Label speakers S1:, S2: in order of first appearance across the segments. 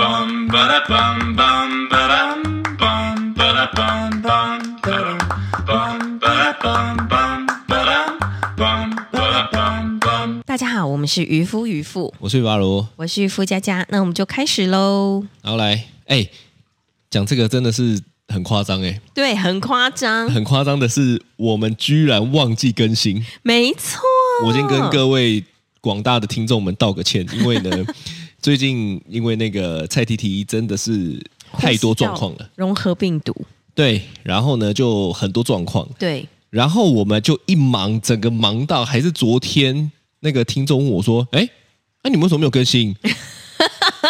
S1: bum ba da bum bum ba dum bum ba da bum bum ba dum bum ba da bum bum ba dum bum ba da bum bum
S2: 大家好，我们是渔夫渔妇，
S3: 我是巴罗，
S2: 我是渔夫佳佳，那我们就开始喽。
S3: 然后来，哎、讲这个真的是很夸张哎、
S2: 对，很夸张，
S3: 很夸张的是，我们居然忘记更新。
S2: 没错。
S3: 我先跟各位广大的听众们道个歉，因为呢，最近因为那个蔡 T T 真的是太多状况了，
S2: 融合病毒，
S3: 对，然后呢就很多状况，
S2: 对，
S3: 然后我们就一忙，整个忙到还是昨天那个听众问我说：“哎，那、你们为什么没有更新？”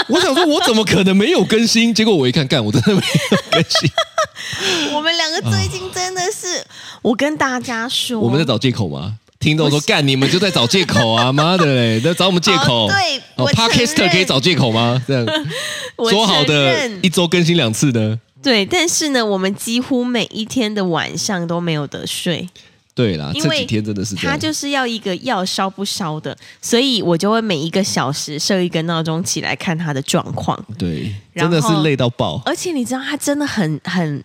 S3: 我想说，我怎么可能没有更新？结果我一看，干，我真的没有更新，
S2: 我们两个最近真的是，我跟大家说，
S3: 我们在找借口吗？听众说干，你们就在找借 口啊！妈的嘞，在找我们借口。
S2: 哦对
S3: 哦
S2: 我承认
S3: ，Podcaster 可以找借口吗？这样
S2: 我
S3: 说好的
S2: 承认
S3: 一周更新两次呢？
S2: 对，但是呢，我们几乎每一天的晚上都没有得睡，
S3: 对啦，
S2: 因
S3: 这
S2: 为
S3: 几天真的是这
S2: 它
S3: 样。
S2: 就是要一个要烧不烧的，所以我就会每一个小时设一个闹钟起来看它的状况。
S3: 对，
S2: 然
S3: 真
S2: 后呃
S3: 的是累到爆。
S2: 而且你知道，他真的很很，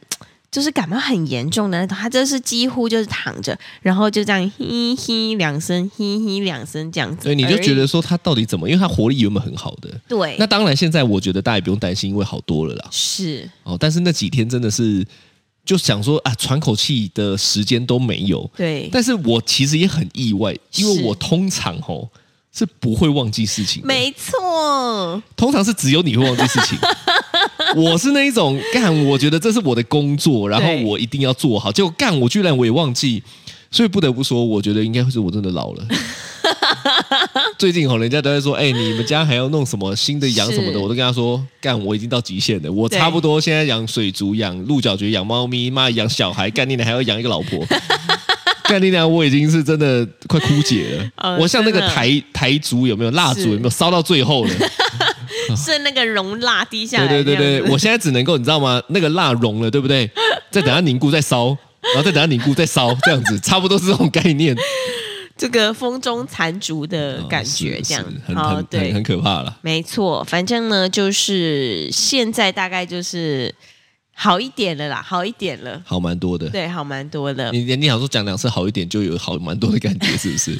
S2: 就是感冒很严重的那种，他就是几乎就是躺着，然后就这样嘿嘿两声，嘿嘿两声这样子而
S3: 所
S2: 已。
S3: 以你就觉得说他到底怎么？因为他活力原本很好的，
S2: 对，
S3: 那当然，现在我觉得大家也不用担心，因为好多了啦。
S2: 是
S3: 哦，但是那几天真的是就想说啊，喘口气的时间都没有。
S2: 对，
S3: 但是我其实也很意外，因
S2: 是
S3: 为我通常哦是不会忘记事情的，
S2: 没错，
S3: 通常是只有你会忘记事 情。我是那一种干，我觉得这是我的工作，然后
S2: 对
S3: 我一定要做好。结果干，我居然我也忘记，所以不得不说，我觉得应该是我真 的老了。最近吼，人家都在说，哎、你们家还要弄什么新的羊什么
S2: 是
S3: 的，我都跟他说，干，我已经到极限了，我
S2: 对
S3: 差不多现在养水族、养鹿角蕨、养猫咪，妈养小孩，干你娘还要养一个老婆， 干你娘我已经是真的快枯竭了。
S2: 呃
S3: 我像那个
S2: 真的
S3: 台台族有没有蜡烛
S2: 是
S3: 有没有烧到最后了？
S2: 是那个容蜡滴下来，
S3: 对对对对，我。现在只能够你知道吗？那个蜡融了，对不对？再等它凝固再烧，然后再等它凝固 再烧，这样子差不多是这种概念，
S2: 这个风中残烛的 感觉，
S3: 哦是
S2: 这样
S3: 是很
S2: 好
S3: 很很
S2: 对
S3: 很，可怕了。
S2: 没错，反正呢，就是现在大概就是好一点了啦，好一点了，
S3: 好蛮多的，
S2: 对，好蛮多了。
S3: 你你想说讲两次好一点就有好蛮多的感觉，是不 是？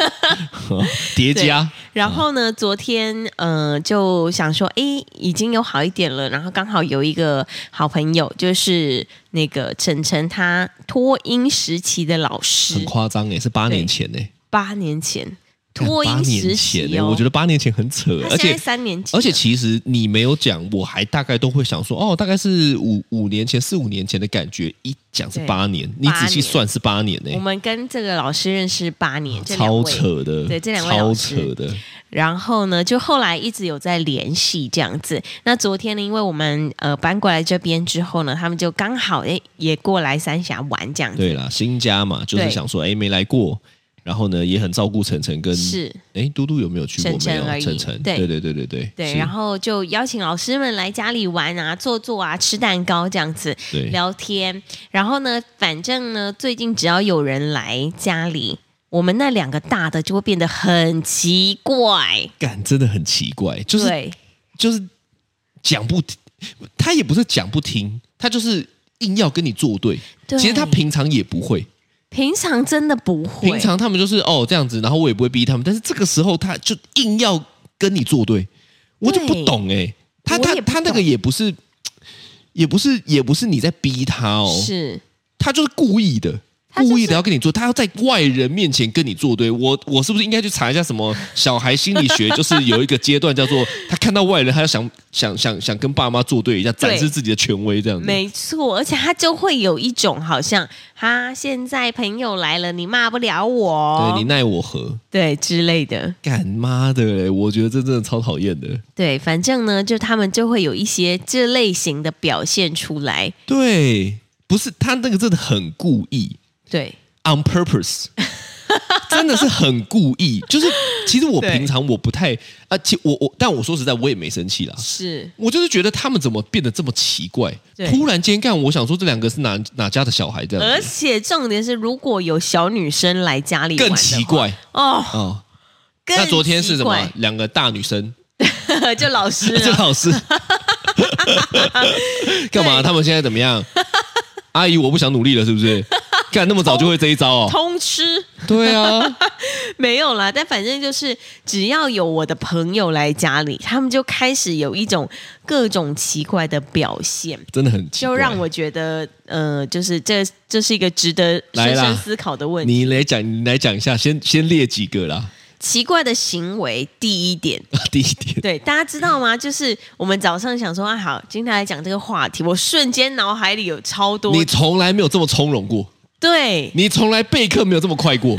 S3: 叠加
S2: 然后呢，昨天呃就想说，诶，已经有好一点了。然后刚好有一个好朋友，就是那个晨晨，他脱音时期的老
S3: 很
S2: 师，
S3: 夸张哎，是八年前哎，
S2: 八年前
S3: 干
S2: 脱
S3: 八
S2: 音时
S3: 年前
S2: 期
S3: 哎，
S2: 哦，
S3: 我觉得八年前很扯，欸
S2: 他
S3: 而
S2: 现
S3: 且
S2: 在三年级了，
S3: 而且其实你没有讲，我还大概都会想说，哦，大概是五五年前、四五年前的感觉。一讲是
S2: 对
S3: 八年，你
S2: 八
S3: 仔细
S2: 年
S3: 算是八年呢、欸
S2: 我们跟这个老师认识八年，这两
S3: 啊超
S2: 位。
S3: 扯的，
S2: 对这两位老
S3: 超
S2: 师
S3: 扯的，
S2: 然后呢，就后来一直有在联系这样子。那昨天呢，因为我们呃搬过来这边之后呢，他们就刚好诶也过来三峡玩这样子。
S3: 对啦，新家嘛，就是
S2: 对
S3: 想说，哎，没来过，然后呢，也很照顾晨晨跟，
S2: 是，
S3: 哎，嘟嘟有没有去过？
S2: 晨晨
S3: 没有
S2: 而，已
S3: 晨晨，
S2: 对
S3: 对对对对对，
S2: 对，
S3: 是
S2: 然后就邀请老师们来家里玩啊、坐坐啊、吃蛋糕这样子
S3: 对
S2: 聊天。然后呢，反正呢，最近只要有人来家里，我们那两个大的就会变得很奇怪。
S3: 感真的很奇怪，就是
S2: 对，
S3: 就是讲不听，他也不是讲不听，他就是硬要跟你作对。
S2: 对
S3: 其实他平常也不会，
S2: 平常真的不会，
S3: 平常他们就是哦这样子，然后我也不会逼他们，但是这个时候他就硬要跟你作对，我就不懂哎、他
S2: 我
S3: 他
S2: 也不懂
S3: 他那个也不是，也不是也不是你在逼他哦，
S2: 是
S3: 他就是故意的。
S2: 他就是
S3: 故意的要跟你做，他要在外人面前跟你作对，我我是不是应该去查一下什么小孩心理 学？就是有一个阶段叫做他看到外人，他要想想想想跟爸妈作对一下，展示自己的权威这样子。
S2: 没错，而且他就会有一种好像哈，现在朋友来了，你骂不了我，
S3: 对你奈我何？
S2: 对之类的。
S3: 干妈的嘞！我觉得这真的超讨厌的。
S2: 对，反正呢，就他们就会有一些这类型的表现出来。
S3: 对，不是他那个真的很故意
S2: 对，
S3: ，on purpose，真的是很故意。就是其实我
S2: 对
S3: 平常我不太啊，其我我，但我说实在我也没生气啦。
S2: 是
S3: 我就是觉得他们怎么变得这么奇怪
S2: 对，
S3: 突然间干，我想说这两个是哪哪家的小孩这
S2: 而
S3: 样子，
S2: 且重点是，如果有小女生来家里玩的
S3: 更
S2: 话
S3: 奇怪
S2: 哦。
S3: 哦。
S2: 更
S3: 那昨天是什
S2: 奇
S3: 么
S2: 怪？
S3: 两个大女生，
S2: 就老师
S3: 这
S2: 啊
S3: 老师，干嘛？他们现在怎么样？阿姨，我不想努力了，是不是？干那么早就会这一招哦？
S2: 通吃
S3: 对啊，
S2: 没有啦，但反正就是只要有我的朋友来家里，他们就开始有一种各种奇怪的表现，
S3: 真的很奇怪
S2: 就让我觉得，呃，就是这这是一个值得
S3: 来
S2: 深
S3: 啦
S2: 深思考的问题。
S3: 你来讲，你来讲一下，先先列几个啦。
S2: 奇怪的行为，第一点，
S3: 第一点，
S2: 对，大家知道吗？就是我们早上想说啊，好，今天来讲这个话题，我瞬间脑海里有超多
S3: 你从来没有这么从容过，
S2: 对，
S3: 你从来备课没有这么 快过。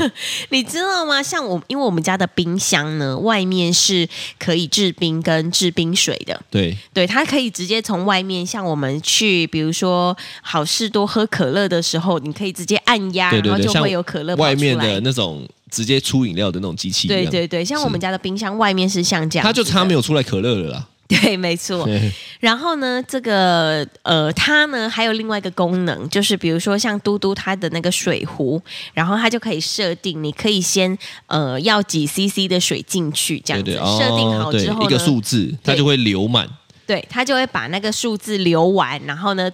S2: 你知道吗？像我，因为我们家的冰箱呢，外面是可以制冰跟制冰水的。
S3: 对，
S2: 对，它可以直接从外面，像我们去，比如说好事多喝可乐的时候，你可以直接按压，
S3: 对对对，
S2: 啊然后就
S3: 像
S2: 会有可乐跑出来
S3: 外面的那种直接出饮料的那种机器一样，
S2: 对对对，像我们家的冰箱外面是像这样子的，
S3: 它就差没有出来可乐了啦。
S2: 对，没错。
S3: 对
S2: 然后呢，这个呃，它呢还有另外一个功能，就是比如说像嘟嘟它的那个水壶，然后它就可以设定，你可以先呃要几 CC 的水进去这样
S3: 对
S2: 子，
S3: 对，哦
S2: 设定好
S3: 对
S2: 之后呢，
S3: 一个数字，它就会流满。
S2: 对它就会把那个数字留完，然后呢。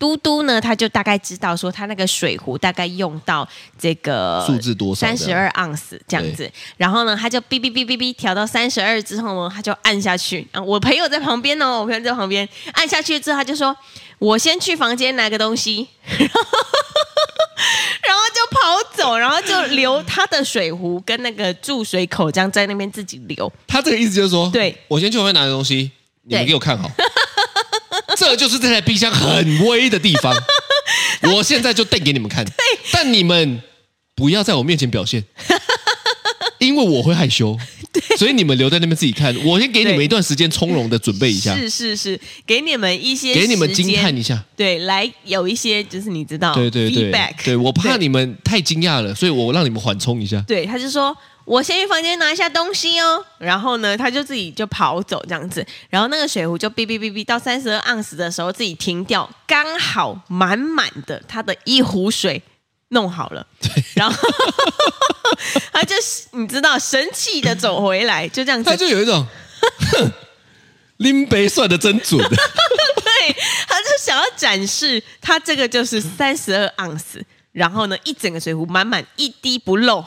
S2: 嘟嘟呢，它就大概知道说它那个水壶大概用到这个
S3: 数字多少
S2: 三十
S3: 这样
S2: 二盎司这样子，然后呢，它就哔哔哔哔哔调到三十二之后呢，它就按下去。啊，我朋友在旁边哦，我朋友在旁边按下去之后，他就说：“我先去房间拿个东西。” 然后就跑走，然后就留他的水壶跟那个注水口，这样在那边自己留。
S3: 他这个意思就是说，
S2: 对
S3: 我先去外面拿个东西，你们
S2: 对
S3: 给我看好。 这就是这台冰箱很威的地 方，我现在就瞪给你们看。但你们不要在我面前 表现，因为我会害羞。所以你们留在那边自己看，我先给你们
S2: 对
S3: 一段时间从容的准备一下，
S2: 是是是，给你们一些
S3: 给你们
S2: 时
S3: 惊
S2: 间
S3: 叹一下。
S2: 对，来有一些就是你知道，
S3: 对对对
S2: feedback，
S3: 对我怕
S2: 对
S3: 你们太惊讶了，所以我让你们缓冲一下。
S2: 对，他就说我先去房间拿一下东西哦，然后呢，他就自己就跑走这样子，然后那个水壶就哔哔哔哔到三十二盎司的时候自己停掉，刚好满满的他的一壶水弄好了，然后他就是你知道神气的走回来，就这样子
S3: 他，就有一种，哼， 林北算的 真准，
S2: 对，他就想要展示他这个就是三十二盎司，然后呢，一整个水壶满满一滴不漏。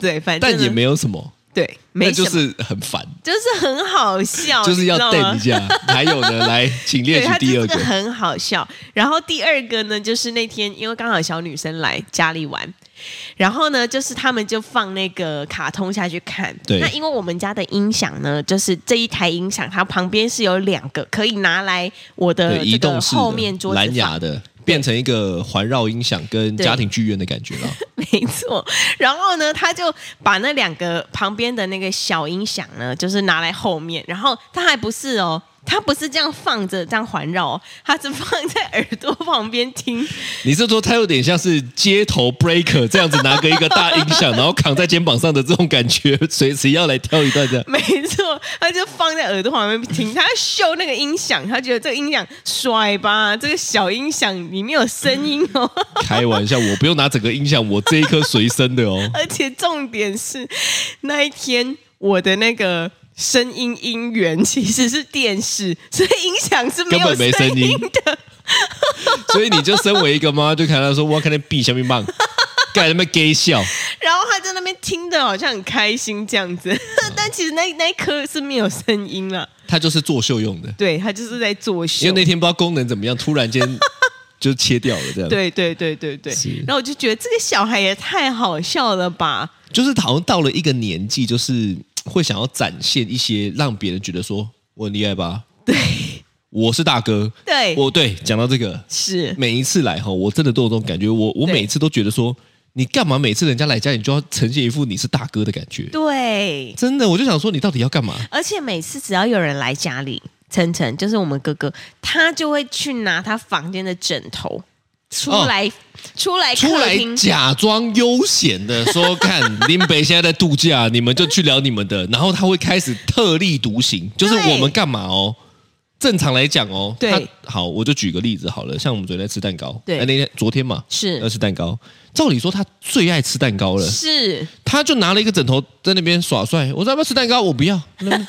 S2: 对，反正
S3: 啊但也
S2: 呢
S3: 没有什么，
S2: 对，没
S3: 那
S2: 什
S3: 就
S2: 么
S3: 是很烦，
S2: 就是很好笑，
S3: 就是要
S2: 你知道吗
S3: 瞪一。下。 还有呢，来，请
S2: 对，
S3: 列
S2: 他
S3: 举
S2: 就
S3: 第二
S2: 这
S3: 个
S2: 个。很好笑。然后第二个呢，就是那天因为刚好小女生来家里玩，然后呢，就是他们就放那个卡通下去看。
S3: 对
S2: 那因为我们家的音响呢，就是这一台音响，它旁边是有两个可以拿来我的
S3: 对，移
S2: 呃这
S3: 动
S2: 个
S3: 式
S2: 后面
S3: 的、
S2: 桌子
S3: 蓝
S2: 放
S3: 牙的，变成一个环绕音响跟
S2: 对
S3: 家庭剧院的感觉了。
S2: 没错。然后呢，他就把那两个旁边的那个小音响呢，就是拿来后面，然后他还不是哦。他不是这样放着这样环绕、哦，他是放在耳朵旁边听，
S3: 你是说它有点像是街头 breaker 这样子，拿个一个大音响，然后扛在肩膀上的这种感觉，随时要来跳一段 这样。
S2: 没错，他就放在耳朵旁边听，他要秀那个音响，他觉得这个音响帅吧，这个小音响里面有声音哦，
S3: 开玩笑，我不用拿整个音响，我这一颗随身的 哦。
S2: 而且重点是那一天我的那个声音音源其实是电视，所以音响是没有
S3: 根本没声音
S2: 音的。
S3: 所以你就身为一个妈，就看他说我看那 B 下面棒，干他妈 gay 笑，
S2: 然后他在那边听的好像很开心这样子， 但其实那那一颗是没有声音了。
S3: 他就是作秀用的。
S2: 对他就是在作秀
S3: 因为。那天不知道功能怎么样，突 然间就切掉了，这样。，
S2: 对对对对对
S3: 是，
S2: 然后我就觉得这个小孩也太好笑了吧！
S3: 就是好像到了一个年纪，就是会想要展现一些让别人觉得说我很厉害吧，
S2: 对
S3: 我是大哥，
S2: 对，
S3: 我对。讲到这个，
S2: 是
S3: 每一次来哈，我真的都有这种感觉，我我
S2: 对
S3: 每一次都觉得说，你干嘛每次人家来家里就要呈现一副你是大哥的感觉？
S2: 对，
S3: 真的，我就想说你到底要干嘛？
S2: 而且每次只要有人来家里，晨晨就是我们哥哥，他就会去拿他房间的枕头出来，出来
S3: 哦出
S2: 客
S3: 来
S2: 厅。
S3: 假装悠闲的说：“ 看林北现在在度假，你们就去聊你们的。”然后他会开始特立独行，就是
S2: 对
S3: 我们干嘛哦？正常来讲哦，
S2: 对
S3: 他好，我就举个例子好了，像我们昨天在吃蛋糕，
S2: 对
S3: 哎那天昨天嘛
S2: 是
S3: 要吃蛋糕，照理说他最爱吃蛋糕了，
S2: 是
S3: 他就拿了一个枕头在那边耍帅，我说要不要吃蛋糕？我不要。那么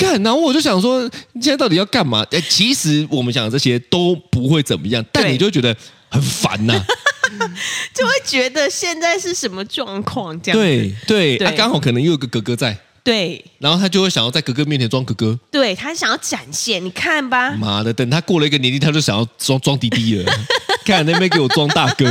S3: 干，然后我就想说，你现在到底要干嘛？哎，其实我们讲的这些都不会怎么样，但
S2: 对
S3: 你就觉得很烦呐、
S2: 就会觉得现在是什么状况这样
S3: 对
S2: 子。
S3: 对，
S2: 对
S3: 啊，刚好可能又有个哥哥在，
S2: 对
S3: 然后他就会想要在哥哥面前装哥哥。
S2: 对，他想要展现，你看吧，
S3: 妈的，等他过了一个年龄，他就想要装装弟弟 了。看那边给我装大哥，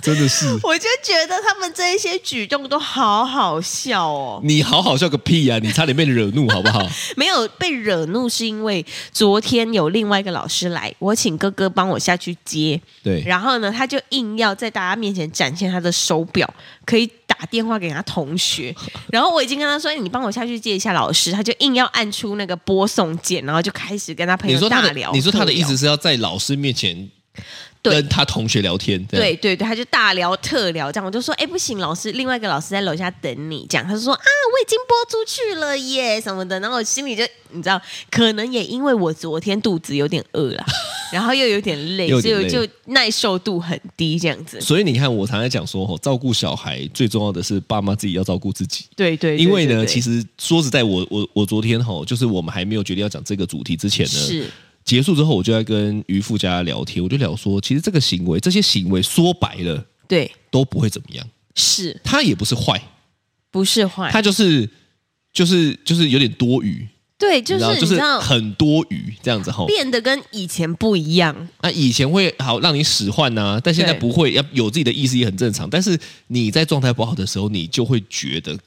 S3: 真的是
S2: 我就觉得他们这一些举动都好好笑哦。
S3: 你好好笑个屁呀、你差点被惹怒好不好？
S2: 没有被惹怒是因为昨天有另外一个老师来，我请哥哥帮我下去接，
S3: 对，
S2: 然后呢，他就硬要在大家面前展现他的手表，可以打电话给他同 学。然后我已经跟他说：“哎你帮我下去接一下老师。”他就硬要按出那个播送键，然后就开始跟他朋
S3: 你
S2: 友
S3: 说
S2: 大
S3: 他的
S2: 聊。
S3: 你说他的
S2: 特
S3: 意
S2: 聊
S3: 思是要在老师面前
S2: 对
S3: 跟他同学聊天，这样
S2: 对对对，他就大聊特聊这样，我就说，哎，不行，老师，另外一个老师在楼下等你，这样，他就说啊，我已经播出去了耶，什么的，然后我心里就，你知道，可能也因为我昨天肚子有点饿 了，然后又有点累，
S3: 又有
S2: 所以
S3: 点
S2: 我
S3: 累
S2: 就耐受度很低，这样子，
S3: 所以你看，我常常讲说，吼照顾小孩最重要的是爸妈自己要照顾自己。
S2: 对对
S3: 因为呢，其
S2: 实
S3: 实说实在，我我我昨天吼，就是我们还没有决定要讲这个主题之前呢，
S2: 是
S3: 结束之后，我就在跟渔夫家聊天，我就聊说，其实这个行为，这些行为说白了
S2: 对，
S3: 都不会怎么样，
S2: 是
S3: 他也不是坏，
S2: 不是坏？
S3: 他就是就是就是有点多余，
S2: 对，就是
S3: 你
S2: 你
S3: 知
S2: 知道
S3: 道就，是很多余这样子吼。
S2: 变得跟以前不一样，
S3: 那以前会好让你使唤呐、但现在
S2: 对
S3: 不会，要有自己的意思也很正常。但是你在状态不好的时候，你就会觉得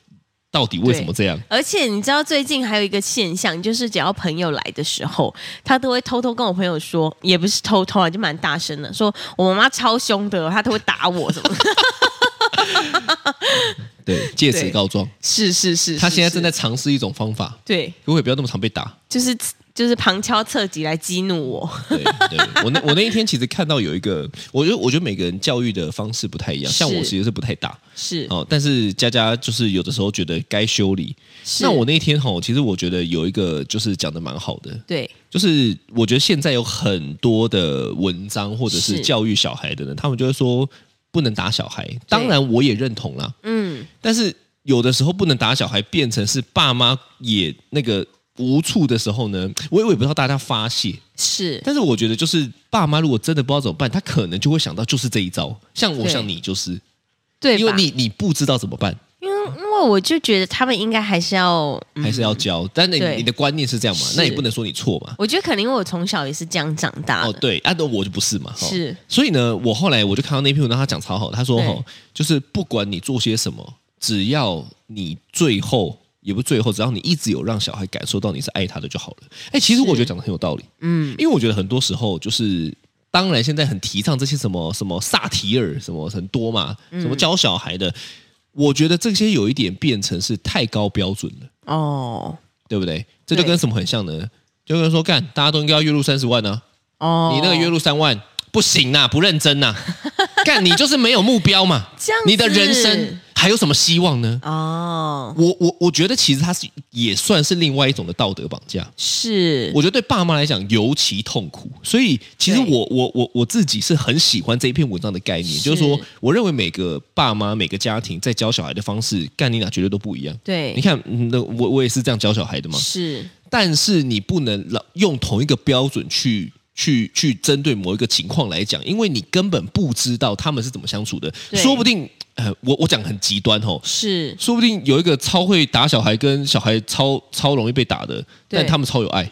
S3: 到底为什么这样？
S2: 而且你知道最近还有一个现象，就是只要朋友来的时候，他都会偷偷跟我朋友说，也不是偷偷啊，就蛮大声的，说我妈妈超凶的哦，她都会打我什么 的。
S3: 对，借此
S2: 对
S3: 告状。
S2: 是是是
S3: 他现在正在
S2: 是
S3: 尝试一种方法，
S2: 对，
S3: 可不可以不要那么常被打？
S2: 就是就是旁敲侧击来激怒我。
S3: 对，对 我那我那一天其实看到有一个，我觉得我觉得每个人教育的方式不太一样，像
S2: 是
S3: 我其实是不太打
S2: 是
S3: 哦，但是佳佳就是有的时候觉得该修理。
S2: 是
S3: 那我那一天吼，其实我觉得有一个就是讲的蛮好的，
S2: 对
S3: 就是我觉得现在有很多的文章或者是
S2: 是
S3: 教育小孩的人，他们就会说不能打小孩。当然我也认同啦，
S2: 嗯
S3: 但是有的时候不能打小孩，变成是爸妈也那个无处的时候呢，我我也不知道大家发泄。
S2: 是
S3: 但是我觉得就是爸妈如果真的不知道怎么办，他可能就会想到就是这一招。像我
S2: 对
S3: 像你就是，
S2: 对吧，
S3: 因为你你不知道怎么办，
S2: 因为因为我就觉得他们应该还是要，嗯
S3: 还是要教。但你
S2: 对
S3: 你的观念是这样嘛，
S2: 是
S3: 那也不能说你错嘛。
S2: 我觉得可能因为我从小也是这样长大的。
S3: 哦，对，啊，那我就不是嘛。齁
S2: 是
S3: 所以呢，我后来我就看到那篇文章，他讲超好，他说
S2: 对
S3: 哈，就是不管你做些什么，只要你最后也不是最后，只要你一直有让小孩感受到你是爱他的就好了。哎，其实我觉得讲的很有道理，
S2: 嗯，
S3: 因为我觉得很多时候就是。当然，现在很提倡这些什么什么萨提尔什么很多嘛，
S2: 嗯
S3: 什么教小孩的，我觉得这些有一点变成是太高标准了，
S2: 哦
S3: 对不对？这就
S2: 对
S3: 跟什么很像呢？就跟说干，大家都应该要月入三十万呢、啊，
S2: 哦，
S3: 你那个月入三万不行呐、不认真呐、啊 干你就是没有目标嘛，
S2: 这样子
S3: 你的人生还有什么希望呢？
S2: 哦
S3: 我我我觉得其实它是也算是另外一种的道德绑架，
S2: 是
S3: 我觉得对爸妈来讲尤其痛苦，所以其实
S2: 对
S3: 我我我我自己是很喜欢这一篇文章的概念，
S2: 是
S3: 就是说我认为每个爸妈每个家庭在教小孩的方式，干你俩绝对都不一样。
S2: 对
S3: 你看，嗯那我我也是这样教小孩的嘛，
S2: 是
S3: 但是你不能老用同一个标准去去去针对某一个情况来讲，因为你根本不知道他们是怎么相处的，
S2: 对
S3: 说不定呃，我我讲很极端哦。
S2: 是
S3: 说不定有一个超会打小孩，跟小孩超超容易被打的，
S2: 对
S3: 但他们超有爱，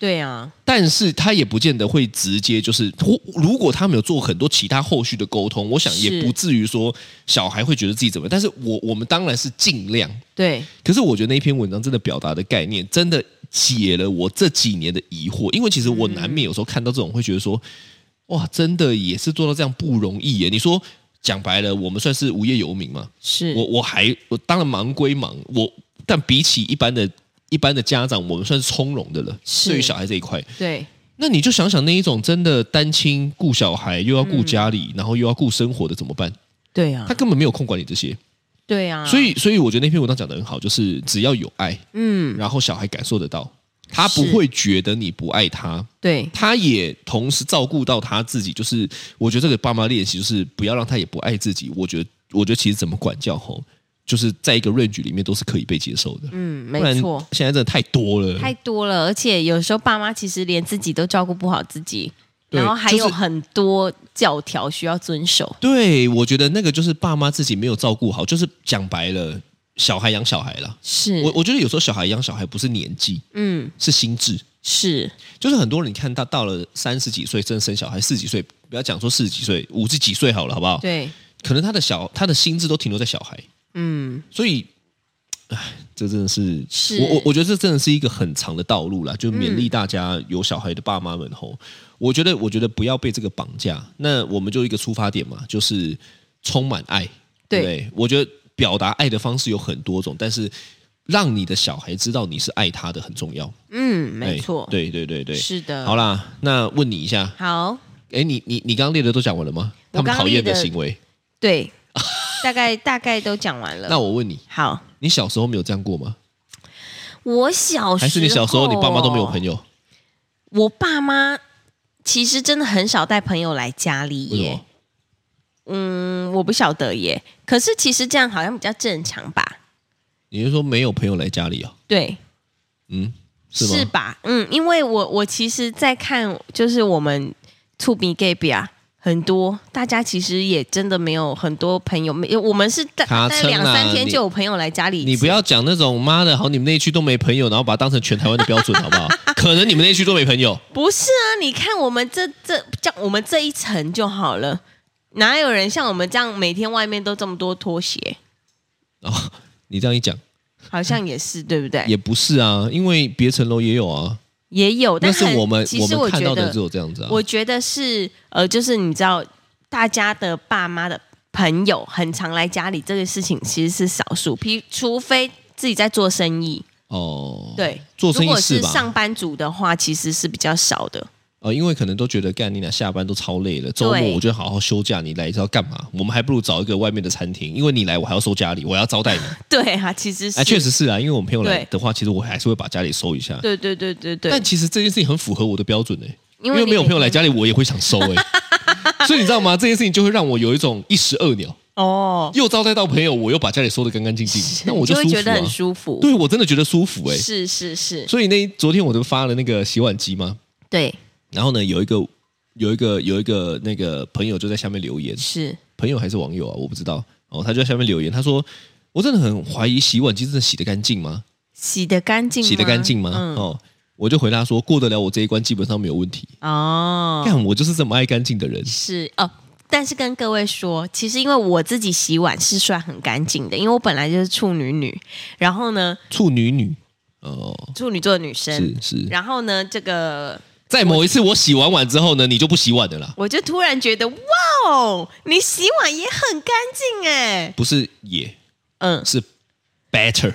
S2: 对啊，
S3: 但是他也不见得会直接就是，或如果他们有做很多其他后续的沟通，我想也
S2: 是
S3: 不至于说小孩会觉得自己怎么样。但是我我们当然是尽量，
S2: 对
S3: 可是我觉得那篇文章真的表达的概念，真的解了我这几年的疑惑。因为其实我难免有时候看到这种，会觉得说，哇，真的也是做到这样不容易耶。你说讲白了，我们算是无业游民嘛？
S2: 是
S3: 我我还我当然忙归忙，我但比起一般的一般的家长，我们算是从容的了。
S2: 是
S3: 对于小孩这一块，
S2: 对
S3: 那你就想想那一种真的单亲顾小孩，又要顾家
S2: 嗯
S3: 里，然后又要顾生活的怎么办？
S2: 对啊
S3: 他，根本没有空管理这些。
S2: 对啊，
S3: 所以，所以我觉得那篇文章讲的很好，就是只要有爱，
S2: 嗯
S3: 然后小孩感受得到，他不
S2: 是
S3: 会觉得你不爱他，
S2: 对
S3: 他也同时照顾到他自己。就是我觉得这个爸妈练习，就是不要让他也不爱自己。我觉得，我觉得其实怎么管教吼，就是在一个 range 里面都是可以被接受的。
S2: 嗯，
S3: 不
S2: 没
S3: 然
S2: 错，嗯
S3: 现在真的太多了，
S2: 太多了，而且有时候爸妈其实连自己都照顾不好自己，
S3: 对
S2: 然后还有
S3: 就是
S2: 很多教条需要遵守。
S3: 对，我觉得那个就是爸妈自己没有照顾好，就是讲白了，小孩养小孩啦。
S2: 是，
S3: 我我觉得有时候小孩养小孩不是年纪，
S2: 嗯，
S3: 是心智。
S2: 是，
S3: 就是很多人你看他到了三十几岁，真的生小孩，四十几岁，不要讲说四十几岁，五十几岁好了，好不好？
S2: 对，
S3: 可能他的小他的心智都停留在小孩，
S2: 嗯，
S3: 所以，唉，这真的是，
S2: 是
S3: 我我我觉得这真的是一个很长的道路啦，就勉励大家有小孩的爸妈们
S2: 嗯
S3: 吼，我觉得我觉得不要被这个绑架，那我们就一个出发点嘛，就是充满爱，
S2: 对
S3: 不对？我觉得表达爱的方式有很多种，但是让你的小孩知道你是爱他的很重要，
S2: 嗯，
S3: 哎
S2: 没错，
S3: 对对对对，
S2: 是的。
S3: 好啦，那问你一下，
S2: 好，
S3: 哎，你你你刚刚列的都讲完了吗？
S2: 我
S3: 他们
S2: 刚
S3: 讨厌的
S2: 列的
S3: 行为，
S2: 对，大概大概都讲完了。
S3: 那我问你，
S2: 好，
S3: 你小时候没有这样过吗？
S2: 我小时
S3: 还是你小时候你爸妈都没有朋
S2: 友？
S3: 友？
S2: 我爸妈其实真的很少带朋友来家里
S3: 为什
S2: 耶
S3: 么。？
S2: 嗯，我不晓得耶。可是其实这样好像比较正常吧？
S3: 你是说没有朋友来家里啊？
S2: 对，
S3: 嗯，是吗？
S2: 是吧？嗯，因为我我其实，在看就是我们触鼻 gay 比啊，很多大家其实也真的没有很多朋友，没有我们是大
S3: 卡
S2: 大概
S3: 称
S2: 两
S3: 啊
S2: 三天
S3: 你
S2: 就有朋友来家里一次，
S3: 你不要讲那种妈的，好，你们那一区都没朋友，然后把它当成全台湾的标准，好 不好？可能你们那一区都没朋友，
S2: 不是啊，你看我们这这这样，我们这一层就好了，哪有人像我们这样每天外面都这么多拖鞋？
S3: 然后哦你这样一讲
S2: 好像也是，对不对？
S3: 也不是啊，因为别层楼也有啊，
S2: 也有，
S3: 那
S2: 但
S3: 是
S2: 很
S3: 我们
S2: 其实
S3: 们
S2: 我
S3: 看
S2: 觉
S3: 到的
S2: 得
S3: 只，有这样子啊。
S2: 我觉得是呃，就是你知道，大家的爸妈的朋友很常来家里，这个事情其实是少数，譬除非自己在做生意，
S3: 哦，，
S2: 对，
S3: 做生
S2: 如
S3: 意
S2: 果
S3: 是
S2: 是
S3: 吧
S2: 上班族的话，其实是比较少的。
S3: 呃，因为可能都觉得干你俩下班都超累了，周末
S2: 对
S3: 我就好好休假，你来是要干嘛？我们还不如找一个外面的餐厅，因为你来我还要收家里，我还要招 待你。
S2: 对啊，其实是，
S3: 哎，确，实是啊，因为我们朋友来
S2: 对
S3: 的话，其实我还是会把家里收一下。
S2: 对对对对对，
S3: 但其实这件事情很符合我的标准哎、
S2: 因
S3: 因为
S2: 你
S3: 没有
S2: 每
S3: 朋友
S2: 天
S3: 来家里，我也会 想收哎、所以你知道吗？这件事情就会让我有一种一石二鸟，
S2: 哦，
S3: 又招待到朋友，我又把家里收的干干净净，那我
S2: 你就
S3: 舒
S2: 会
S3: 服、啊、
S2: 觉得很舒服。
S3: 对我真的觉得舒服哎、
S2: 是是是，
S3: 所以那昨天我就发了那个洗碗机嘛，
S2: 对，
S3: 然后呢有一个有一个有一个那个朋友就在下面留言，
S2: 是
S3: 朋友还是网友啊，我不知道哦，他就在下面留言，他说我真的很怀疑洗碗机真的洗得干净吗？
S2: 洗得干净，
S3: 洗得干净吗？
S2: 嗯，
S3: 哦，我就回答说过得了我这一关基本上没有问题。
S2: 哦，
S3: 看我就是这么爱干净的人，
S2: 是哦。但是跟各位说，其实因为我自己洗碗是算很干净的，因为我本来就是处女女，然后呢，
S3: 处女女哦，
S2: 处女座的女生，
S3: 是是。
S2: 然后呢，这个
S3: 在某一次我洗完碗之后呢，你就不洗碗的啦，
S2: 我就突然觉得，哇哦，你洗碗也很干净哎，
S3: 不是也
S2: 嗯，
S3: 是 better，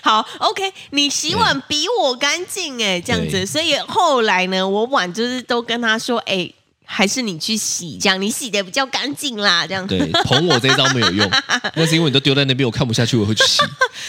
S2: 好，OK，你洗碗比我干净哎，这样
S3: 对
S2: 子，所以后来呢，我碗就是都跟他说，哎、还是你去洗，这样你洗的比较干净啦，这样
S3: 对，捧我这一招没有 用，那是因为你都丢在那边，我看不下去，我会去洗。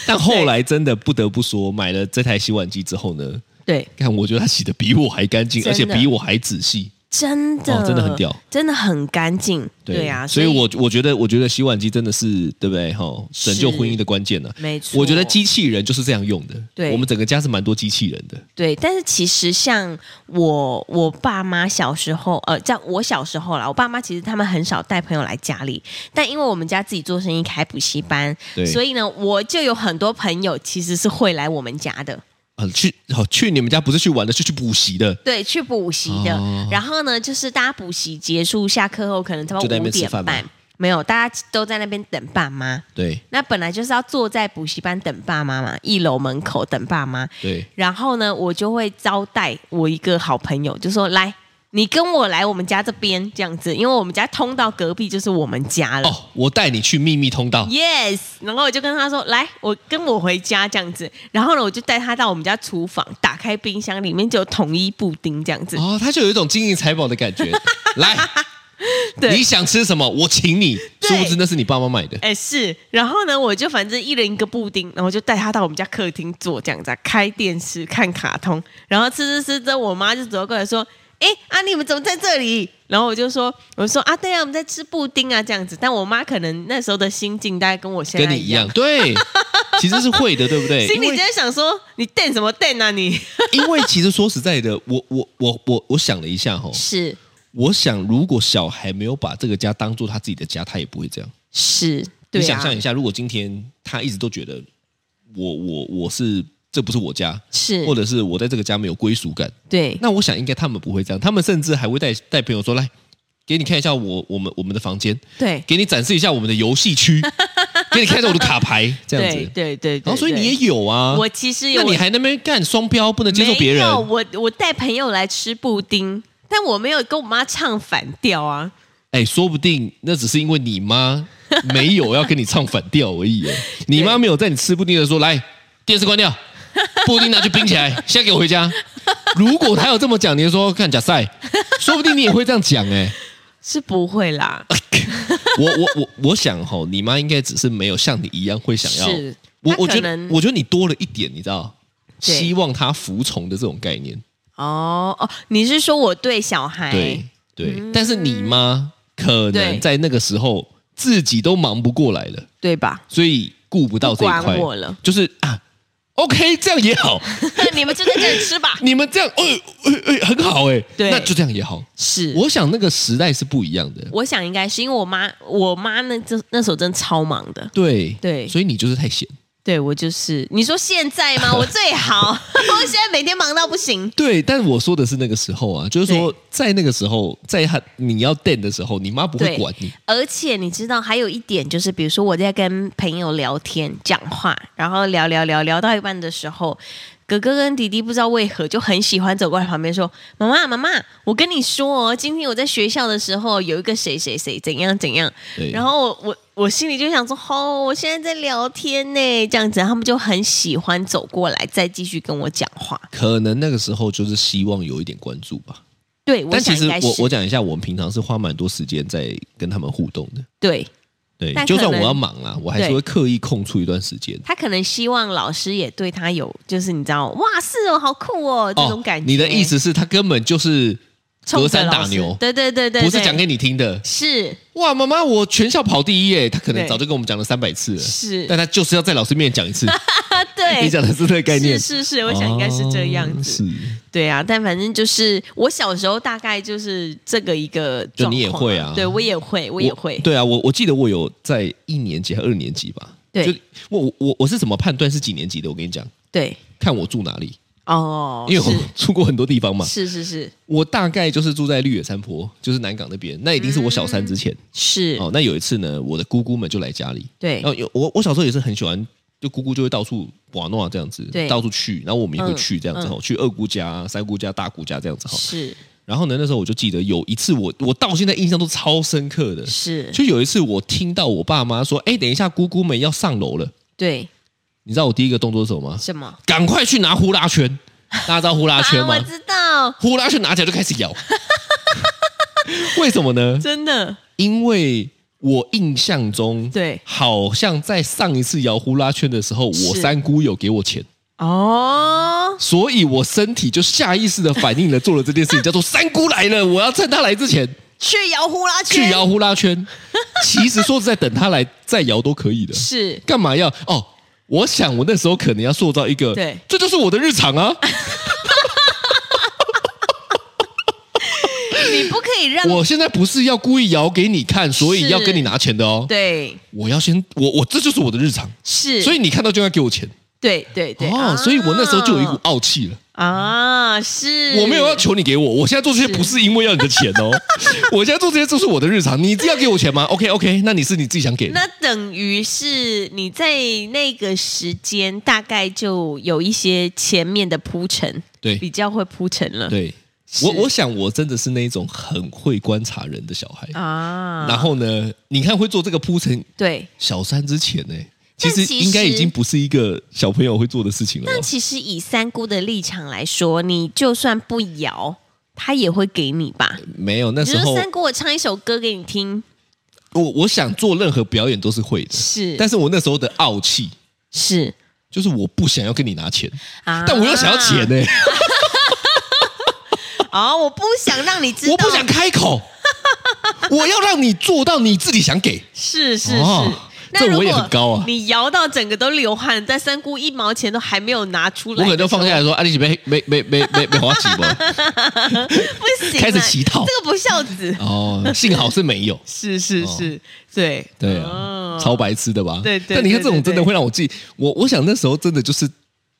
S3: 但后来真的不得不说，买了这台洗碗机之后呢，
S2: 对
S3: 看我觉得它洗的比我还干净，
S2: 真
S3: 而
S2: 的
S3: 且比我还仔细，
S2: 真的、
S3: 哦真的很屌，
S2: 真的很干净，对啊，
S3: 所以我我觉得我觉得洗碗机真的是对不对哈、吼拯救
S2: 是
S3: 婚姻的关键呢、啊
S2: 没错，
S3: 我觉得机器人就是这样用的，
S2: 对
S3: 我们整个家是蛮多机器人的。
S2: 对，但是其实像我我爸妈小时候，呃，在我小时候啦，我爸妈其实他们很少带朋友来家里，但因为我们家自己做生意开补习班
S3: 对，
S2: 所以呢，我就有很多朋友其实是会来我们家的。
S3: 啊，去好去你们家不是去玩的，是去补习的，
S2: 对，去补习的。
S3: 哦
S2: 然后呢，就是大家补习结束，下课后可能差不
S3: 就
S2: 多
S3: 在那
S2: 五
S3: 边吃
S2: 点
S3: 饭吗
S2: 半，没有，大家都在那边等爸妈。
S3: 对
S2: 那本来就是要坐在补习班等爸妈嘛，一楼门口等爸妈。
S3: 对，
S2: 然后呢，我就会招待我一个好朋友，就说来。你跟我来我们家这边这样子，因为我们家通道隔壁就是我们家了。
S3: 哦，我带你去秘密通道，
S2: Yes，然后我就跟他说：“来，我跟我回家这样子。”然后呢，我就带他到我们家厨房，打开冰箱，里面就有统一布丁这样子。
S3: 哦，它就有一种金银财宝的 感觉。来，
S2: 对
S3: 你想吃什么，我请你。
S2: 对
S3: 殊不知那是你爸妈买的，
S2: 哎、是，然后呢，我就反正一人一个布丁，然后就带他到我们家客厅坐这样子啊、开电视看卡通，然后吃吃吃之后，我妈就走过来说：“哎、啊，你们怎么在这里？”然后我就说：“我说啊，对啊，我们在吃布丁啊，这样子。”但我妈可能那时候的心境大概跟我现
S3: 跟
S2: 在
S3: 你一样，对，其实是会的，对不对？
S2: 啊 心
S3: 因
S2: 里
S3: 为
S2: 就在想说：“你瞪什么瞪啊你
S3: 因为其实说实在的，我我我我我想了一下哈？”，
S2: 是
S3: 我想如果小孩没有把这个家当做他自己的家，他也不会这样。
S2: 是，
S3: 你
S2: 对
S3: 想
S2: 啊，
S3: 象一下，如果今天他一直都觉得我我我是这不是我家，
S2: 是
S3: 或者是我在这个家没有归属感，
S2: 对
S3: 那我想应该他们不会这样，他们甚至还会带带朋友说来。给你看一下我我们我们的房间，
S2: 对
S3: 给你展示一下我们的游戏 区，给你看一下我的卡牌， 这样子。
S2: 对对对，
S3: 然后所以
S2: 对
S3: 你也有啊，
S2: 我其实有
S3: 那你还那边干双标，不能接受别
S2: 没
S3: 人。
S2: 有我我带朋友来吃布丁，但我没有跟我妈唱反调啊。
S3: 哎，说不定那只是因为你 妈没有要跟你唱反调而已。哎你妈没有在你吃布丁的时候说来，电视 关掉，布丁拿去冰起来，现在给我回家。如果她有这么讲，你就说看假赛，说不定你也会这样讲哎。
S2: 是不会啦，
S3: 啊我我我我想吼，你妈应该只是没有像你一样会想要
S2: 是。
S3: 我
S2: 她
S3: 我觉
S2: 可
S3: 得
S2: 能
S3: 我觉得你多了一点，你知道，
S2: 对
S3: 希望她服从的这种概念。
S2: 哦哦，你是说我对小孩？
S3: 对对，但是你妈可能
S2: 哎嗯对
S3: 在那个时候自己都忙不过来了，
S2: 对吧？
S3: 所以顾不到这一
S2: 不
S3: 块
S2: 管我了，
S3: 就是啊，OK，这样也好，
S2: 你们就在这里吃吧。
S3: 你们这样，哎哎哎，很好哎、
S2: 对
S3: 那就这样也好。
S2: 是我，
S3: 我想那个时代是不一样的，
S2: 我想应该是因为我妈，我妈那这那时候真的超忙的。
S3: 对
S2: 对
S3: 所以你就是太闲。
S2: 对我就是，你说现在 吗？我最好， 我现在每天忙到不行。
S3: 对，但我说的是那个时候啊，就是说
S2: 对
S3: 在那个时候，在他你要电的时候，你妈不会
S2: 对
S3: 管你，
S2: 而且你知道，还有一点就是，比如说我在跟朋友聊天、讲话，然后聊聊聊聊到一半的时候，哥哥跟弟弟不知道为何就很喜欢走过来旁边说：“妈妈，妈妈，我跟你说哦，今天我在学校的时候有一个谁谁谁怎样怎样。
S3: 对”
S2: 然后我我我心里就想说：“哦，我现在在聊天呢，这样子。”他们就很喜欢走过来，再继续跟我讲话。
S3: 可能那个时候就是希望有一点关注吧。
S2: 对，我
S3: 但其
S2: 想
S3: 实
S2: 应该是
S3: 我我讲一下，我们平常是花蛮多时间在跟他们互动的。
S2: 对
S3: 对，
S2: 但
S3: 就
S2: 可
S3: 算我
S2: 能
S3: 要忙啦，我还是
S2: 对
S3: 会刻意空出一段时间。
S2: 他可能希望老师也对他有，就是你知道，哇，是哦，好酷哦，这种感觉。
S3: 你的意思是，他根本就是
S2: 冲
S3: 隔
S2: 着
S3: 山
S2: 老
S3: 打
S2: 师
S3: 牛，
S2: 对对对对，
S3: 不是
S2: 对
S3: 讲给你听的。
S2: 是
S3: 哇，妈妈，我全校跑第一耶！他可能
S2: 对
S3: 早就跟我们讲了三百次了，
S2: 是
S3: 但他就是要在老师面前讲 一次。
S2: 啊，对，
S3: 你讲的是这个概念，
S2: 是是是，我想应该是这样子，
S3: 哦
S2: 对啊，但反正就是我小时候大概就是这个一个状况，
S3: 就你也会啊
S2: 对我也会，我
S3: 我
S2: 也会，
S3: 对啊，我我记得我有在一年级和二年级吧。
S2: 对
S3: 就我我我是怎么判断是几年级的？我跟你讲，
S2: 对
S3: 看我住哪里，
S2: 哦，
S3: 因为我 住过很多地方嘛。
S2: 是是是是
S3: 我大概就是住在绿野山坡，就是南港那边，那一定是我小三之前。
S2: 是，
S3: 哦，那哦有一次呢，我的姑姑们就来家里，
S2: 嗯对
S3: 然后有我我小时候也是很喜欢，就姑姑就会到处玩闹这样子，
S2: 对
S3: 到处去，然后我们也会
S2: 嗯
S3: 去这样子哈、哦去二姑家、啊三姑家、大姑家这样子哈。
S2: 是
S3: 然后呢，那时候我就记得有一次我，我到现在印象都超深刻的，
S2: 是，
S3: 就有一次我听到我爸妈说：“哎，等一下，姑姑们要上楼了。
S2: 对”
S3: 你知道我第一个动作是什么吗？
S2: 什么？
S3: 赶快去拿呼啦圈，大家知道呼啦圈
S2: 啊，
S3: 吗？
S2: 我知道，
S3: 呼啦圈拿起来就开始摇， 为什么呢？
S2: 真的
S3: 因为我印象中，
S2: 对
S3: 好像在上一次摇呼啦圈的时候，
S2: 是
S3: 我三姑有给我钱，
S2: 哦，
S3: 所以我身体就下意识的反应了，做了这件事 情，叫做三姑来了，我要趁她来之前
S2: 去摇呼啦圈，
S3: 去摇呼啦圈。其实说实在，等她来再摇都可以的，
S2: 是
S3: 干嘛要哦？我想我那时候可能要塑造一个，
S2: 对
S3: 这就是我的日 常啊，
S2: 你不可以让
S3: 我现在不是要故意摇给你看，所以要跟你拿钱的哦。
S2: 对
S3: 我要先，我我这就是我的日常，
S2: 是，
S3: 所以你看到就要给我钱
S2: 对对对
S3: 哦
S2: 啊，
S3: 所以我那时候就有一股傲气了。
S2: 啊，是
S3: 我没有要求你给我，我现在做这些不是因为要你的钱 哦，我现在做这些就是我的日常。你这要给我钱吗？OK OK，那你是你自己想给的。
S2: 那等于是你在那个时间大概就有一些前面的铺陈，
S3: 对
S2: 比较会铺陈了，
S3: 对，
S2: 嗯是
S3: 我我想我真的是那一种很会观察人的小孩。
S2: 啊，
S3: 然后呢，你看会做这个铺陈，
S2: 对。
S3: 小三之前呢、其
S2: 但
S3: 实
S2: 其实
S3: 应该已经不是一个小朋友会做的事情了
S2: 但
S3: 吧。
S2: 其实以三姑的立场来说，你就算不摇，她也会给你吧？
S3: 没有，那
S2: 你
S3: 时
S2: 说
S3: 候
S2: 三姑，我唱一首歌给你听，
S3: 我我想做任何表演都是会的，
S2: 是
S3: 但是我那时候的傲气
S2: 是
S3: 就是我不想要跟你拿钱，
S2: 啊，
S3: 但我又想要钱呢、
S2: 哦，我不想让你知道，
S3: 我不想 开口，我要让你做到你自己想给。
S2: 是是是。
S3: 哦
S2: 那
S3: 这
S2: 如
S3: 我也
S2: 果
S3: 很高啊
S2: 你摇到整个都流汗，但三姑一毛钱都还没有拿出
S3: 我
S2: 来的时候，
S3: 可能就放下来说：“啊，你是没没没没没没花几 吗
S2: 不行啊，
S3: 开始乞讨
S2: 这个不孝子？”。
S3: 哦，幸好是没有。
S2: 是是是，对
S3: 对啊，
S2: 哦
S3: 超白痴的吧？
S2: 对对
S3: 但你看
S2: 对
S3: 这种
S2: 对
S3: 真的
S2: 对
S3: 会让我记，我我想那时候真的就是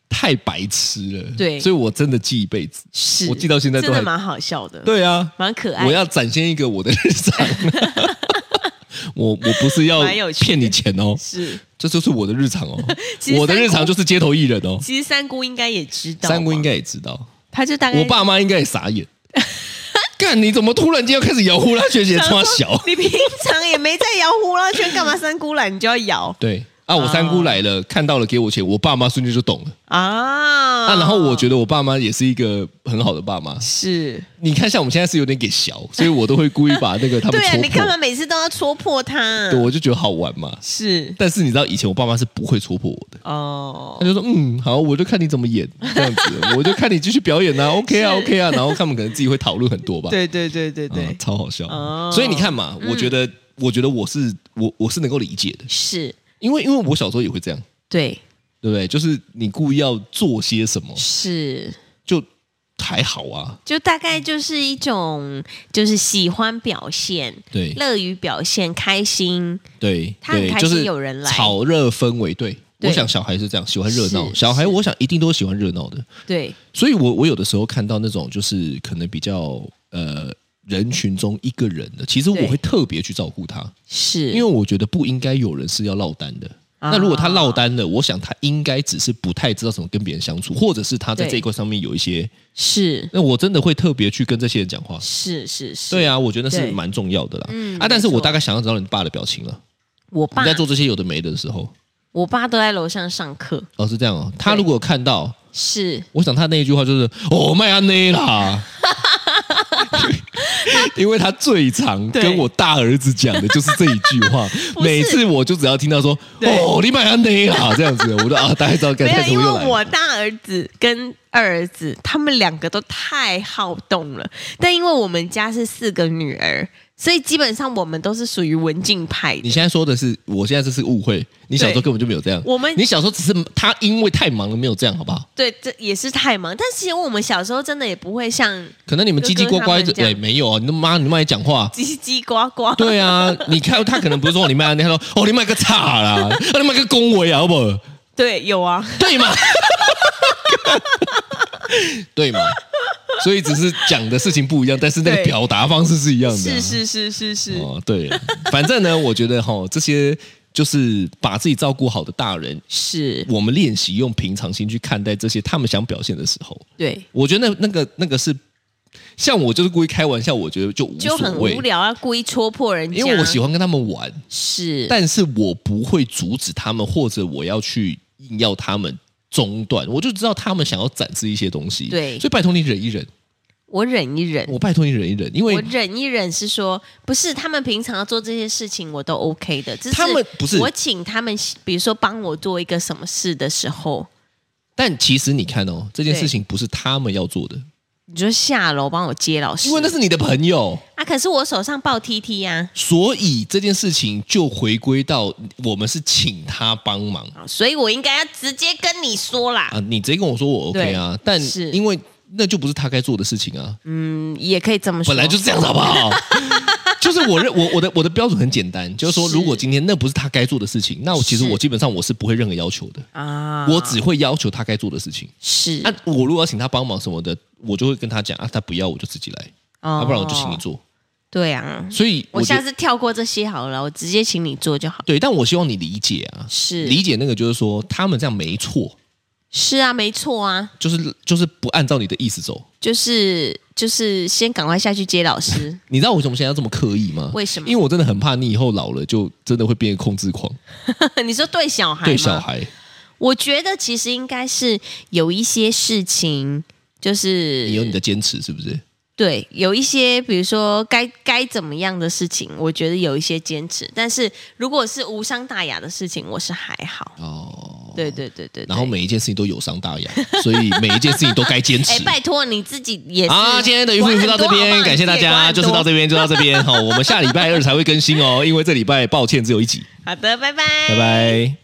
S3: 太白痴了，
S2: 对
S3: 所以我真的记一辈子。
S2: 是，
S3: 我记到现在都
S2: 真的
S3: 还
S2: 蛮好笑的，，
S3: 对啊，
S2: 蛮可爱的。
S3: 我要展现一个我的日 常。我我不是要
S2: 蛮有趣的
S3: 骗你钱哦，
S2: 是，
S3: 这就是我的日常哦
S2: 其。实
S3: 我的
S2: 三
S3: 日常
S2: 姑
S3: 就是街头艺人哦。
S2: 其实三姑应该也知道吧，啊哎
S3: 三姑应该也知道，
S2: 他就大概
S3: 我爸妈应该也傻 眼。干，你怎么突然间要开始摇呼啦 圈鞋
S2: 想说？
S3: 穿小
S2: 你平常也没在摇呼啦圈，干嘛三姑来你就要摇
S3: 对啊，我三
S2: 哦
S3: 姑来了，看到了给我钱，我爸妈瞬间就懂了。
S2: 啊？
S3: 啊，然后我觉得我爸妈也是一个很好的爸妈。
S2: 是
S3: 你看，像我们现在是有点给小，所以我都会故意把那个他们
S2: 对啊，
S3: 戳
S2: 你干嘛
S3: 破。
S2: 每次都要戳破他？
S3: 对，我就觉得好玩嘛。
S2: 是
S3: 但是你知道，以前我爸妈是不会戳破我的，
S2: 哦
S3: 他，就说：“嗯，好，我就看你怎么演这样子，我就看你继续表演 啊，OK 啊
S2: 是
S3: ，OK 啊。”然后他们可能自己会讨论很多吧。
S2: 对对对对
S3: 啊
S2: 对，
S3: 超好笑。
S2: 哦
S3: 所以你看嘛，我觉得，我觉得我是我我是能够理解的，
S2: 是，
S3: 因为因为我小时候也会这样，
S2: 对
S3: 对不对？就是你故意要做些什么，
S2: 是。
S3: 就还好啊。
S2: 就大概就是一种，就是喜欢表现，
S3: 对
S2: 乐于表现，开心，
S3: 对，
S2: 他很
S3: 对
S2: 开
S3: 就
S2: 心
S3: 是
S2: 有人来
S3: 炒热氛围。对，
S2: 对
S3: 我想小孩是这样，喜欢热闹。
S2: 是
S3: 小孩，
S2: 是
S3: 我想一定都喜欢热闹的。
S2: 对，
S3: 所以我我有的时候看到那种就是可能比较呃人群中一个人的，其实我
S2: 对
S3: 会特别去照顾他，
S2: 是，
S3: 因为我觉得不应该有人是要落单的。
S2: 啊
S3: 那如果他落单了，我想他应该只是不太知道怎么跟别人相处，或者是他在
S2: 对
S3: 这一块上面有一些。
S2: 是
S3: 那我真的会特别去跟这些人讲话。
S2: 是是是，
S3: 对啊，我觉得是
S2: 对
S3: 蛮重要的啦。
S2: 嗯
S3: 啊，但是
S2: 没错
S3: 我大概想要知道你爸的表情了。
S2: 我
S3: 你
S2: 爸
S3: 在做这些有的没的的时候，
S2: 我爸都在楼上上课，
S3: 哦，是这样哦。他如果看到，
S2: 是
S3: 我想他那一句话就是“哦，麦安内啦”， 因为他最常
S2: 对
S3: 跟我大儿子讲的就是这一句话。
S2: 不是
S3: 每次我就只要听到说“
S2: 对
S3: 哦，你麦安内啦”这样子，我就啊，大概知道该
S2: 没
S3: 该
S2: 有，
S3: 怎
S2: 因
S3: 么
S2: 为
S3: 又来了。
S2: 我大儿子跟二儿子他们两个都太好动了，但因为我们家是四个女儿，所以基本上我们都是属于文静派
S3: 你
S2: 的。
S3: 现在说的是，我现在这是误会。你小时候根本就没有这样。
S2: 我们
S3: 你小时候只是他因为太忙了没有这样，好不好？
S2: 对，这也是太忙。但其实我们小时候真的也不会像
S3: 可能你们
S2: 哥
S3: 叽叽
S2: 哥
S3: 呱
S2: 他
S3: 呱
S2: 们
S3: 一直，
S2: 这样
S3: 哎，没有啊，你的妈，你妈也讲话。
S2: 叽叽呱呱。
S3: 对啊，你看他可能不是说你卖安内，他说哦你卖个叉啦，啊你卖个恭维啊，好不好？
S2: 对，有啊，
S3: 对嘛？对嘛？所以只是讲的事情不一样，但是那个
S2: 对
S3: 表达方式是一样的啊、
S2: 是是是是是，
S3: 哦，对。反正呢，我觉得哈、这些就是把自己照顾好的大人，
S2: 是，
S3: 我们练习用平常心去看待这些他们想表现的时候，
S2: 对，
S3: 我觉得那那个那个是，像我就是故意开玩笑，我觉得就无
S2: 就很
S3: 所谓
S2: 无，聊，要故意戳破人家。
S3: 因为我喜欢跟他们玩，
S2: 是，
S3: 但是我不会阻止他们，或者我要去硬要他们中断，我就知道他们想要展示一些东西。
S2: 对
S3: 所以拜托你忍一忍，
S2: 我忍一忍。
S3: 我拜托你忍一忍，因为
S2: 我忍一忍是说，不是他们平常做这些事情我都 OK 的，只是
S3: 他们不是
S2: 我请他们，比如说帮我做一个什么事的时候，
S3: 但其实你看哦，这件
S2: 对
S3: 事情不是他们要做的，
S2: 你就下楼帮我接老师，
S3: 因为那是你的朋友，
S2: 啊，可是我手上抱 T T 啊呀、
S3: 所以这件事情就回归到我们是请他帮忙
S2: 啊，所以我应该要直接跟你说啦，
S3: 啊，你直接跟我说我 OK 啊，但
S2: 是
S3: 因为那就不是他该做的事情啊。
S2: 嗯，也可以这么说，
S3: 本来就是这样子，好不 好？就是我认我我的我的标准很简单，就是说，
S2: 是
S3: 如果今天那不是他该做的事情，那我其实
S2: 是
S3: 我基本上我是不会任何要求的，
S2: 啊，
S3: 我只会要求他该做的事情。
S2: 是
S3: 那、我如果要请他帮忙什么的，我就会跟他讲啊，他不要我就自己来，要、
S2: 哦
S3: 啊不然我就请你，做。
S2: 对啊，
S3: 所以
S2: 我
S3: 觉
S2: 下
S3: 得
S2: 次跳过这些好了，我直接请你做就好，
S3: 对，但我希望你理解啊，
S2: 是
S3: 理解那个就是说他们这样没错，
S2: 是啊，没错啊，
S3: 就是就是不按照你的意思走。
S2: 就是就是先赶快下去接老师。
S3: 你知道为什么现在要这么刻意吗？
S2: 为什么
S3: 因为我真的很怕你以后老了就真的会变控制狂，
S2: 你说对小孩吗？
S3: 对小，孩
S2: 我觉得其实应该是有一些事情，就是
S3: 你有你的坚持，是不是？
S2: 对有一些，比如说该该怎么样的事情，我觉得有一些坚持。但是如果是无伤大雅的事情，我是还好。
S3: 哦，
S2: 对对对对。对
S3: 然后每一件事情都有伤大雅， 所以每一件事情都该坚
S2: 哎，
S3: 持。
S2: 拜托你自己也是
S3: 啊，今天的渔夫渔夫到这边，感谢大家，就是到。
S2: 管很多好不好你自己也管很多
S3: 这边，就到这边。好，我们下礼拜二才会更新哦，因为这礼拜抱歉只有一集，
S2: 好的，拜拜，
S3: 拜。拜。